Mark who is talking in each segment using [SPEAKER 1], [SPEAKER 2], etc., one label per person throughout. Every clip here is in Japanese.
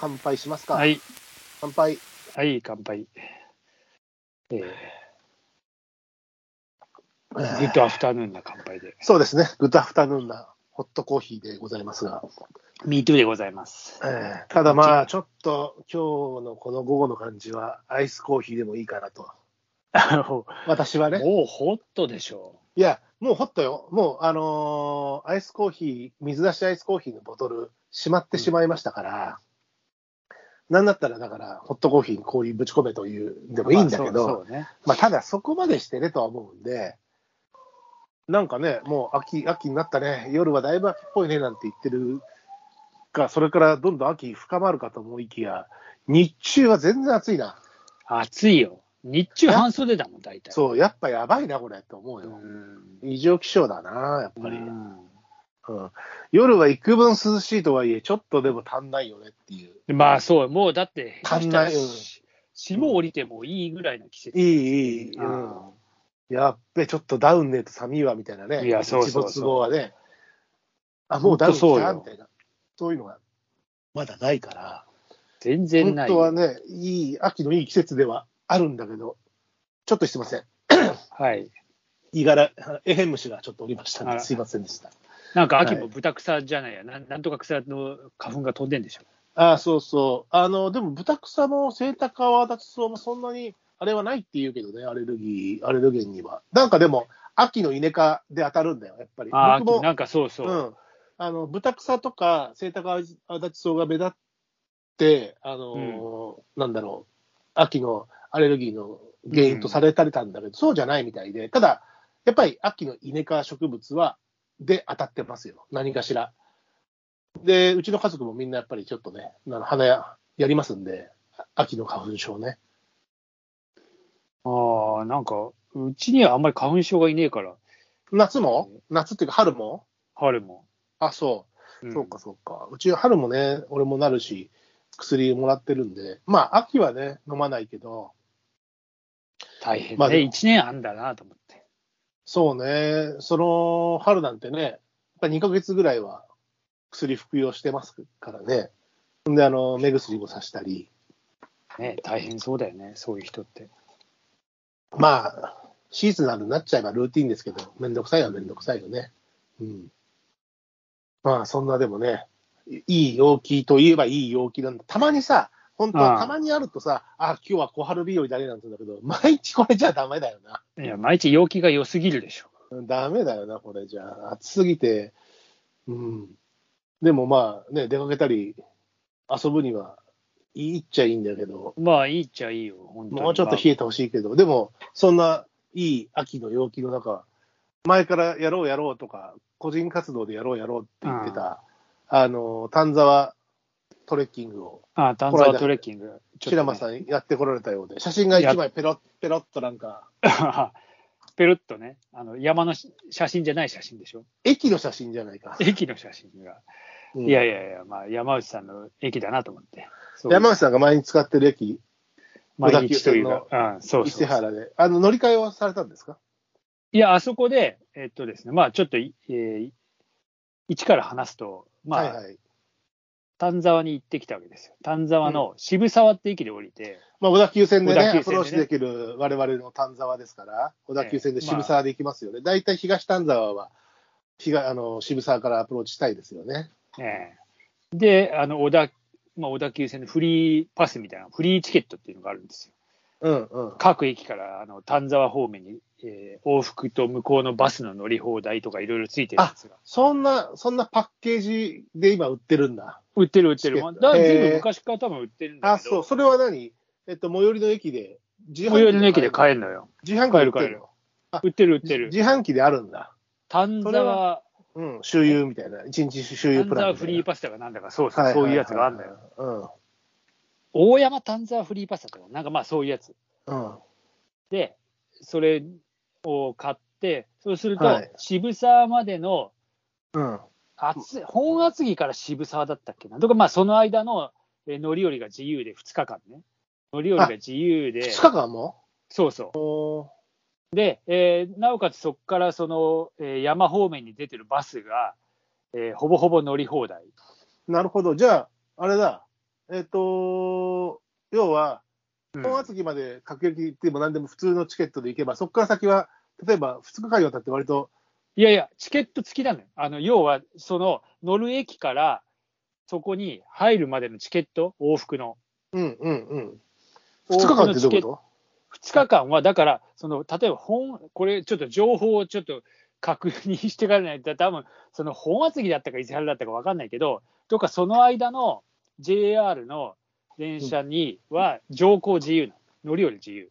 [SPEAKER 1] 乾杯しますか。
[SPEAKER 2] はい、
[SPEAKER 1] 乾杯。
[SPEAKER 2] はい、乾杯。え
[SPEAKER 1] え
[SPEAKER 2] ー、グッ
[SPEAKER 1] ー
[SPEAKER 2] ドアフタヌーンな乾杯で。
[SPEAKER 1] そうですね。グッドアフタヌーンなホットコーヒーでございますが。
[SPEAKER 2] ミートゥーでございます。
[SPEAKER 1] えーただまあ、ちょっと今日のこの午後の感じは、アイスコーヒーでもいいかなと。
[SPEAKER 2] あの
[SPEAKER 1] 私はね。
[SPEAKER 2] もうホットでしょ
[SPEAKER 1] いや、もうホットよ。もう、あのーアイスコーヒー、水出しアイスコーヒーのボトル、しまってしまいましたから、なんだったら、だから、ホットコーヒーに氷ぶち込めというで
[SPEAKER 2] う。
[SPEAKER 1] もいいんだけど、
[SPEAKER 2] まあそうそうね。
[SPEAKER 1] まあ、ただそこまでしてねとは思うんで、なんかね、もう秋、秋になったね、夜はだいぶ秋っぽいねなんて言ってるが、それからどんどん秋深まるかと思いきや、日中は全然暑いな。
[SPEAKER 2] 暑いよ。日中半袖だもん、大体。
[SPEAKER 1] そう、やっぱやばいな、これって思う
[SPEAKER 2] う
[SPEAKER 1] よ。
[SPEAKER 2] ん。
[SPEAKER 1] 異常気象だな、やっ
[SPEAKER 2] やっ
[SPEAKER 1] ぱ
[SPEAKER 2] ぱ
[SPEAKER 1] り。
[SPEAKER 2] り。
[SPEAKER 1] うん夜は幾分涼しいとはいえ、ちょっとでも足んないよねっていう。
[SPEAKER 2] でまあそう、もうだって、
[SPEAKER 1] 足んない
[SPEAKER 2] 下手し霜降りてもいいぐらいの季節。
[SPEAKER 1] いい、いい、うん。やっべ、ちょっとダウンねえと寒いわみたいなね、
[SPEAKER 2] いやそうそうそう
[SPEAKER 1] 日没後はね、あ、もうダウン
[SPEAKER 2] ほん
[SPEAKER 1] 来
[SPEAKER 2] とそう
[SPEAKER 1] た
[SPEAKER 2] よ
[SPEAKER 1] みたいな、そういうのがまだないから、
[SPEAKER 2] 全
[SPEAKER 1] 本
[SPEAKER 2] 然ない。
[SPEAKER 1] 当はね、いい、秋のいい季節ではあるんだけど、ちょっとすいません、
[SPEAKER 2] はい。
[SPEAKER 1] いがら、エヘン虫がちょっとおりました
[SPEAKER 2] あ
[SPEAKER 1] ね、
[SPEAKER 2] ら
[SPEAKER 1] すいませんでした。
[SPEAKER 2] なんか秋も豚草じゃないや、なんなんとか草の花粉が飛んでんでしょ。
[SPEAKER 1] あ、そうそう、あの、でも、豚草もセイタカアワダチソウもそんなに、あれはないって言うけどね、アレルギー、アレルゲンには。なんかでも、秋の稲科で当たるんだよ、やっぱり。
[SPEAKER 2] ああ、
[SPEAKER 1] 僕も
[SPEAKER 2] 秋なんかそうそう。
[SPEAKER 1] うん、あの豚草とかセイタカアダチソウが目立って、あのーなんだろう、秋のアレルギーの原因とされたれたんだけど、そうじゃないみたいで、ただ、やっぱり秋のイネ科植物は、で当たってますよ、何かしら。で、うちの家族もみんなやっぱりちょっとね、あの花ややりますんで、秋の花粉症ね。
[SPEAKER 2] ああ、なんか、うちにはあんまり花粉症がいねえから、
[SPEAKER 1] 夏も夏っていうか春も
[SPEAKER 2] 春も。
[SPEAKER 1] あ、そう。
[SPEAKER 2] ん
[SPEAKER 1] そうか、そうか。うち春もね、俺もなるし、薬もらってるんで、まあ、秋はね、飲まないけど、
[SPEAKER 2] 大変
[SPEAKER 1] まあで
[SPEAKER 2] ね。
[SPEAKER 1] も
[SPEAKER 2] 一年あんだなと思って。
[SPEAKER 1] そうね、その春なんてね、やっぱ2ヶ月ぐらいは薬服用してますからね。んで、あの、目薬もさしたり、
[SPEAKER 2] ね、大変そうだよね、そういう人って。
[SPEAKER 1] まあ、シーズナルになっちゃえばルーティンですけど、めんどくさいはめんどくさいよね。うん。まあ、そんなでもね、いいい陽気といえばいい陽気なんだ。たまにさ、本当
[SPEAKER 2] あ
[SPEAKER 1] は
[SPEAKER 2] あ
[SPEAKER 1] たまにあるとさ、ああ、今日は小春日和だねなんて言うんだけど、毎日これじゃダメだよな。
[SPEAKER 2] いや、毎日陽気が良すぎるでしょ。
[SPEAKER 1] うんダメだよな、これじゃあ。暑すぎて、うん。でもまあ、ね、出かけたり、遊ぶには、いいっちゃいいんだけど、
[SPEAKER 2] まあ、いいっちゃいいよ、本当に
[SPEAKER 1] もうちょっと冷えてほしいけど、でも、そんないい秋の陽気の中、前からやろうやろうとか、個人活動でやろうやろうって言ってた、あの、丹沢トレッキングを、
[SPEAKER 2] ああ、丹沢トレッキング。
[SPEAKER 1] 白間さんやってこられたようで、写真が一枚ペロッ、ペロッとなんか、
[SPEAKER 2] ん。 ペロッとね、あの山のし写真じゃない写真でし ょ。
[SPEAKER 1] 駅の写真じゃないか。
[SPEAKER 2] 駅の写真が。
[SPEAKER 1] うん
[SPEAKER 2] いやいやいや、まあ、山内さんの駅だなと思って。そう
[SPEAKER 1] 山内さんが前に使ってる駅、
[SPEAKER 2] 毎日という
[SPEAKER 1] 小田急
[SPEAKER 2] か、うん、そうそう
[SPEAKER 1] 伊勢原で、あの乗り換えをされたんですか
[SPEAKER 2] いや、あそこで、えっとですね、まあ、ちょっとい、えー一から話すと、まあ、
[SPEAKER 1] はいはい。
[SPEAKER 2] 丹沢に行ってきたわけですよ。丹沢の渋沢って駅で降りて、
[SPEAKER 1] まあ、小田急線でね、
[SPEAKER 2] 小
[SPEAKER 1] ア
[SPEAKER 2] 田急線でね
[SPEAKER 1] プローチできる我々の丹沢ですから、小田急線で渋沢で行きますよね。大体、東丹沢は東あの渋沢からアプローチしたいですよね。
[SPEAKER 2] ええで、あの、小田、まあ、小田急線のフリーパスみたいな、フリーチケットっていうのがあるんですよ。
[SPEAKER 1] うんうん。
[SPEAKER 2] 各駅から、あの、丹沢方面に、えー往復と向こうのバスの乗り放題とかいろいろついてるんですが。
[SPEAKER 1] そんな、そんなパッケージで今売ってるんだ。
[SPEAKER 2] 売ってる売ってる。
[SPEAKER 1] チケ
[SPEAKER 2] まあ
[SPEAKER 1] ット
[SPEAKER 2] だ
[SPEAKER 1] へえ
[SPEAKER 2] ずいぶん昔から多分売ってるんだ
[SPEAKER 1] あ、
[SPEAKER 2] け
[SPEAKER 1] そう。
[SPEAKER 2] ど、
[SPEAKER 1] それは何えっと、最寄りの駅で、自
[SPEAKER 2] 最寄りの駅で
[SPEAKER 1] え
[SPEAKER 2] 買えるのよ。
[SPEAKER 1] 自販機で売って
[SPEAKER 2] 買える買え
[SPEAKER 1] る
[SPEAKER 2] る
[SPEAKER 1] の
[SPEAKER 2] 売ってる売って
[SPEAKER 1] 自
[SPEAKER 2] る。
[SPEAKER 1] 自販機であるんだ。
[SPEAKER 2] 丹
[SPEAKER 1] それ
[SPEAKER 2] 沢、
[SPEAKER 1] うん、周遊みたいな。一日周遊
[SPEAKER 2] 丹
[SPEAKER 1] プランみたい
[SPEAKER 2] 沢
[SPEAKER 1] な。
[SPEAKER 2] フリーパスだかなんだか、そうそ
[SPEAKER 1] は
[SPEAKER 2] う、
[SPEAKER 1] はは
[SPEAKER 2] そういうやつがあるんだよ。。大山丹沢フリーパスだったかななんかまあそういうやつ。
[SPEAKER 1] うん。うん。
[SPEAKER 2] で、それを買って、そうすると、
[SPEAKER 1] はい
[SPEAKER 2] 渋沢までの
[SPEAKER 1] うん。
[SPEAKER 2] 厚、本厚木から渋沢だったっけな、とか、まあ、その間のえー乗り降りが自由で、2日間ね、乗り降りが自由で、
[SPEAKER 1] 2日間も
[SPEAKER 2] そうそう。で、えーなおかつそこからその、えー山方面に出てるバスが、えーほぼほぼ乗り放題。
[SPEAKER 1] なるほど。じゃあ、あれだ。えっ、と、要は、本厚木まで各駅行っても何でも普通のチケットで行けば、そこから先は、例えば2日間にわたって割と、
[SPEAKER 2] いやいや、チケット付きなのよ。あの、要は、その、乗る駅から、そこに入るまでのチケット、往復の。
[SPEAKER 1] うんうんうん。2
[SPEAKER 2] 往
[SPEAKER 1] 日
[SPEAKER 2] 復
[SPEAKER 1] 間
[SPEAKER 2] の
[SPEAKER 1] ってど
[SPEAKER 2] チ
[SPEAKER 1] う
[SPEAKER 2] ケ
[SPEAKER 1] いう
[SPEAKER 2] ット
[SPEAKER 1] こ
[SPEAKER 2] 2日間は、だから、その、例えば本、これ、ちょっと情報をちょっと確認してからないと、多分その本厚木だったか伊勢原だったか分かんないけど、とか、その間の JR の電車には、乗降自由なの、乗り降り自由。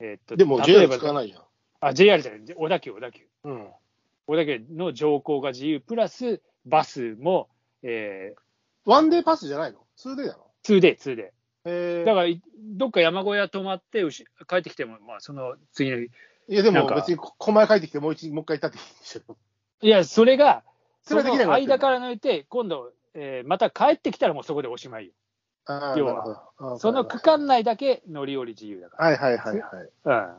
[SPEAKER 2] えっと
[SPEAKER 1] とでも
[SPEAKER 2] 例え
[SPEAKER 1] JR
[SPEAKER 2] ば
[SPEAKER 1] 使わないじゃん。
[SPEAKER 2] あ、JR じゃない、小田急、小田急。
[SPEAKER 1] うん。
[SPEAKER 2] 小田急の乗降が自由、プラスバスも、え
[SPEAKER 1] ワンデーパスじゃないの ?2 デーなの
[SPEAKER 2] ー、2デー、2デ
[SPEAKER 1] え
[SPEAKER 2] ー。
[SPEAKER 1] ー
[SPEAKER 2] だから、いどっか山小屋泊まって、うし帰ってきても、まあ、その次の日。
[SPEAKER 1] いや、で
[SPEAKER 2] なん
[SPEAKER 1] も
[SPEAKER 2] か
[SPEAKER 1] 別にこ、こ前帰ってきてもう一、もう一回行ったっていいんでしょ。
[SPEAKER 2] いや、それが、
[SPEAKER 1] そ
[SPEAKER 2] そ
[SPEAKER 1] れはできなく
[SPEAKER 2] の
[SPEAKER 1] なってる
[SPEAKER 2] 間から抜いて、今度、えーまた帰ってきたらもうそこでおしまいよ。
[SPEAKER 1] あー
[SPEAKER 2] 要は
[SPEAKER 1] なるほどあー
[SPEAKER 2] その区間内だけ乗り降り自由だか
[SPEAKER 1] はいはいはいはい。
[SPEAKER 2] ら。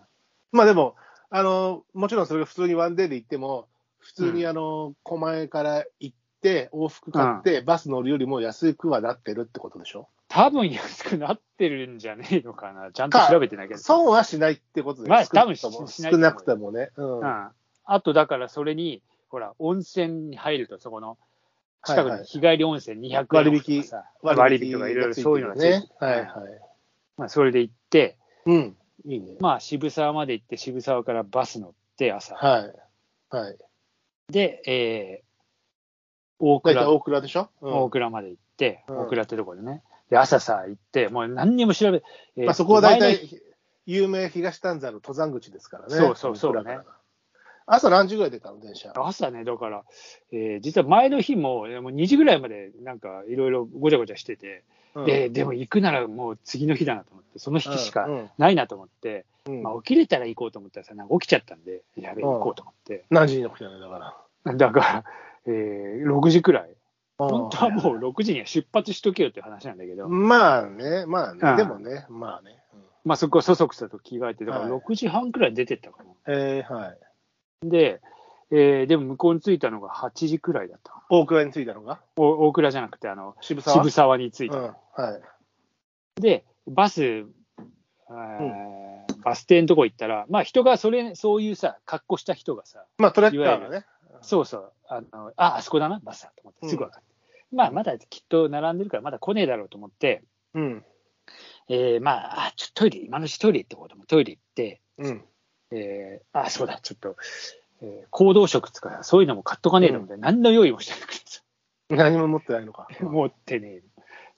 [SPEAKER 1] まあでも、あの、もちろんそれが普通にワンデーで行っても、普通
[SPEAKER 2] う
[SPEAKER 1] に
[SPEAKER 2] ん
[SPEAKER 1] あの、狛江から行って、往復買って、バス乗るよりも安くはなってるってことでしょ
[SPEAKER 2] 多分安くなってるんじゃねえのかな。ちゃんと調べてないけど。
[SPEAKER 1] 損はしないってことで
[SPEAKER 2] まあ
[SPEAKER 1] 少なくと
[SPEAKER 2] 多分
[SPEAKER 1] も
[SPEAKER 2] ししない
[SPEAKER 1] 少なくともね。うん。
[SPEAKER 2] う
[SPEAKER 1] はい
[SPEAKER 2] ん。あと、だからそれに、ほら、温泉に入ると、そこの、近く
[SPEAKER 1] は
[SPEAKER 2] の
[SPEAKER 1] い。
[SPEAKER 2] 日帰り温泉200円オフとかさ割引とかいろいろそういうのがついてる
[SPEAKER 1] ね。はいはい。
[SPEAKER 2] まあ、それで行って、
[SPEAKER 1] うん。いいね。
[SPEAKER 2] まあ、渋沢まで行って、渋沢からバス乗って、朝。
[SPEAKER 1] はい。はい。
[SPEAKER 2] で、えー、大
[SPEAKER 1] 大体
[SPEAKER 2] 倉、
[SPEAKER 1] 大倉でしょうん
[SPEAKER 2] 大倉まで行って、
[SPEAKER 1] うん
[SPEAKER 2] 大倉ってとこでね。で、朝さ、行って、もう何にも調べ、えー
[SPEAKER 1] まあそこは大
[SPEAKER 2] 前の日
[SPEAKER 1] 体、有名東丹沢の登山口ですからね。
[SPEAKER 2] そうそうそうね
[SPEAKER 1] 大倉から朝何時ぐらい出たの電車。
[SPEAKER 2] 朝ね、だから、えー実は前の日も、えーもう2時ぐらいまで、なんか、いろいろごちゃごちゃしてて、
[SPEAKER 1] うん
[SPEAKER 2] で、でも行くならもう次の日だなと思って、その日しか
[SPEAKER 1] うん
[SPEAKER 2] ないなと思って、
[SPEAKER 1] うん
[SPEAKER 2] まあ、起きれたら行こうと思ったらさ、なんか起きちゃったんで、やべえ、
[SPEAKER 1] うん
[SPEAKER 2] 行こうと思って。
[SPEAKER 1] 何時に起きたのだから。
[SPEAKER 2] だから、えー6時くらい。
[SPEAKER 1] 本
[SPEAKER 2] 本当はもう6時には出発しとけよっていう話なんだけど、
[SPEAKER 1] まあね、まあ
[SPEAKER 2] う
[SPEAKER 1] ね、
[SPEAKER 2] ん
[SPEAKER 1] でもね、まあね。うん
[SPEAKER 2] まあそこはそそくさと着替えて、だから
[SPEAKER 1] はい
[SPEAKER 2] 6時半くらいに出てったかな。
[SPEAKER 1] えー、はい。
[SPEAKER 2] で、えーでも向こうに着いたのが8時くらいだったかな。
[SPEAKER 1] 大倉に着いたのが
[SPEAKER 2] お大倉じゃなくて、あの、
[SPEAKER 1] 渋沢
[SPEAKER 2] 渋沢に着いた。
[SPEAKER 1] うん、はい。
[SPEAKER 2] で、バス、えーバス停のとこ行ったら、まあ人がそれ、そういうさ、格好した人がさ、
[SPEAKER 1] まあトラッカーの
[SPEAKER 2] い
[SPEAKER 1] ね。
[SPEAKER 2] そうそう、あの、あ、あそこだな、バスだと思って、すぐ分かって。まあまだきっと並んでるから、まだ来ねえだろうと思って、
[SPEAKER 1] うん。
[SPEAKER 2] えーまあ、あ、ちょっとトイレ、今のうちトイレ行ってこうと思って、トイレ行って、
[SPEAKER 1] うん。
[SPEAKER 2] えーあ、そうだ、ちょっと、えー行動食つから、そういうのも買っとかねえと思って、何の用意もしてなくてさ、
[SPEAKER 1] 何も持ってないのか。
[SPEAKER 2] 持ってねえ。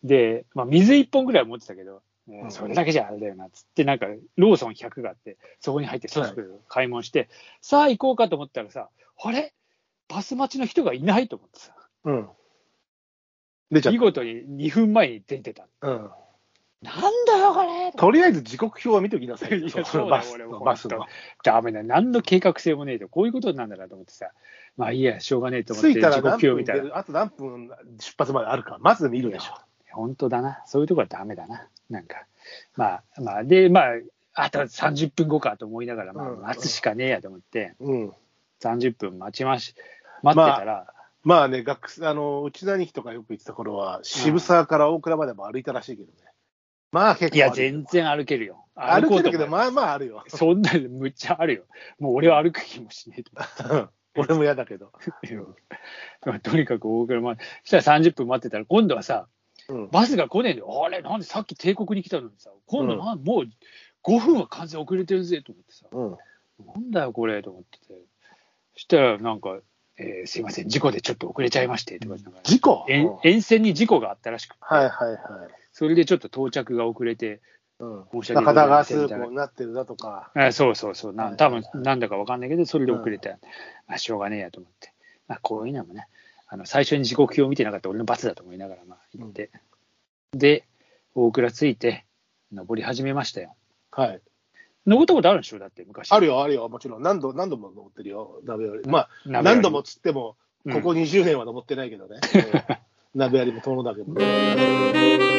[SPEAKER 2] で、まあ、水一本ぐらいは持ってたけど、えー
[SPEAKER 1] うん
[SPEAKER 2] それだけじゃあれだよな、つって、なんか、ローソン100があって、そこに入って、そろそろ買い物して、さあ行こうかと思ったらさ、あれバス待ちの人がいないと思ってさ、
[SPEAKER 1] うん。出ちゃっ
[SPEAKER 2] 見事に2分前に出てた。
[SPEAKER 1] た。うん。
[SPEAKER 2] なんだよ、これ
[SPEAKER 1] とりあえず時刻表は見ときなさい
[SPEAKER 2] い
[SPEAKER 1] よ。
[SPEAKER 2] や
[SPEAKER 1] その
[SPEAKER 2] そうだよ
[SPEAKER 1] バス
[SPEAKER 2] 俺も
[SPEAKER 1] の。バスの
[SPEAKER 2] 本。ダメだ、何の計画性もねえと、こういうことになんだなと思ってさ、まあいいや、しょうがねえと思って、
[SPEAKER 1] 着いたら何
[SPEAKER 2] 時刻表
[SPEAKER 1] 分
[SPEAKER 2] みた
[SPEAKER 1] 出
[SPEAKER 2] いな。
[SPEAKER 1] るあと何分出発まであるか。まず見るでしょ。
[SPEAKER 2] 本当だな。そういうとこはダメだな。なんか。まあ、まあ、で、まあ、あと30分後かと思いながら、まあ、
[SPEAKER 1] うん
[SPEAKER 2] 待つしかねえやと思って、
[SPEAKER 1] うん。
[SPEAKER 2] 30分待ちまし、待ってたら、
[SPEAKER 1] まあね、学生、あの、内田兄貴とかよく行ってた頃は、渋沢から大倉までも歩いたらしいけどね。まあ結構歩
[SPEAKER 2] い
[SPEAKER 1] る。
[SPEAKER 2] や、全然歩けるよ。
[SPEAKER 1] 歩
[SPEAKER 2] こ
[SPEAKER 1] け
[SPEAKER 2] うと
[SPEAKER 1] るけ
[SPEAKER 2] 思えば
[SPEAKER 1] ど、まあまああるよ。
[SPEAKER 2] そんなのむっちゃあるよ。もう俺は歩く気もしねえと思
[SPEAKER 1] 俺も嫌だけど。
[SPEAKER 2] ってよ。まあとにかく大倉まで、そしたら30分待ってたら、今度はさ、
[SPEAKER 1] うん
[SPEAKER 2] バスが来ねえんだよ。あれ、なんでさっき帝国に来たのにさ、今度なん、もう5分は完全遅れてるぜと思ってさ。
[SPEAKER 1] うん。
[SPEAKER 2] なんだよ、これと思ってて。そしたら、なんか、えーすいません、事故でちょっと遅れちゃいまして、とか言ってなんか
[SPEAKER 1] 事故
[SPEAKER 2] えん沿線に事故があったらしくて、
[SPEAKER 1] はいはいはい。
[SPEAKER 2] それでちょっと到着が遅れて、
[SPEAKER 1] うん
[SPEAKER 2] 申し訳ござ
[SPEAKER 1] 中
[SPEAKER 2] い
[SPEAKER 1] 田
[SPEAKER 2] ま
[SPEAKER 1] 川
[SPEAKER 2] せ
[SPEAKER 1] 通
[SPEAKER 2] んみたいな
[SPEAKER 1] 行になってるだとか。
[SPEAKER 2] あそうそうそう、な
[SPEAKER 1] はい
[SPEAKER 2] 多分なんだかわかんないけど、それで遅れて、あしょうがねえやと思って、まあ、こういうのもね、あの最初に時刻表を見てなかった俺の罰だと思いながら、まあ、行って、で、大倉着いて、登り始めましたよ。
[SPEAKER 1] はい。
[SPEAKER 2] 登ったことあるでしょ、だって昔。
[SPEAKER 1] あるよ、あるよ、もちろん。何度、何度も登ってるよ、鍋より。まあ、
[SPEAKER 2] 鍋割り
[SPEAKER 1] 何度もつっても、ここ20年は登ってないけどね。うん鍋よりも遠野だけど。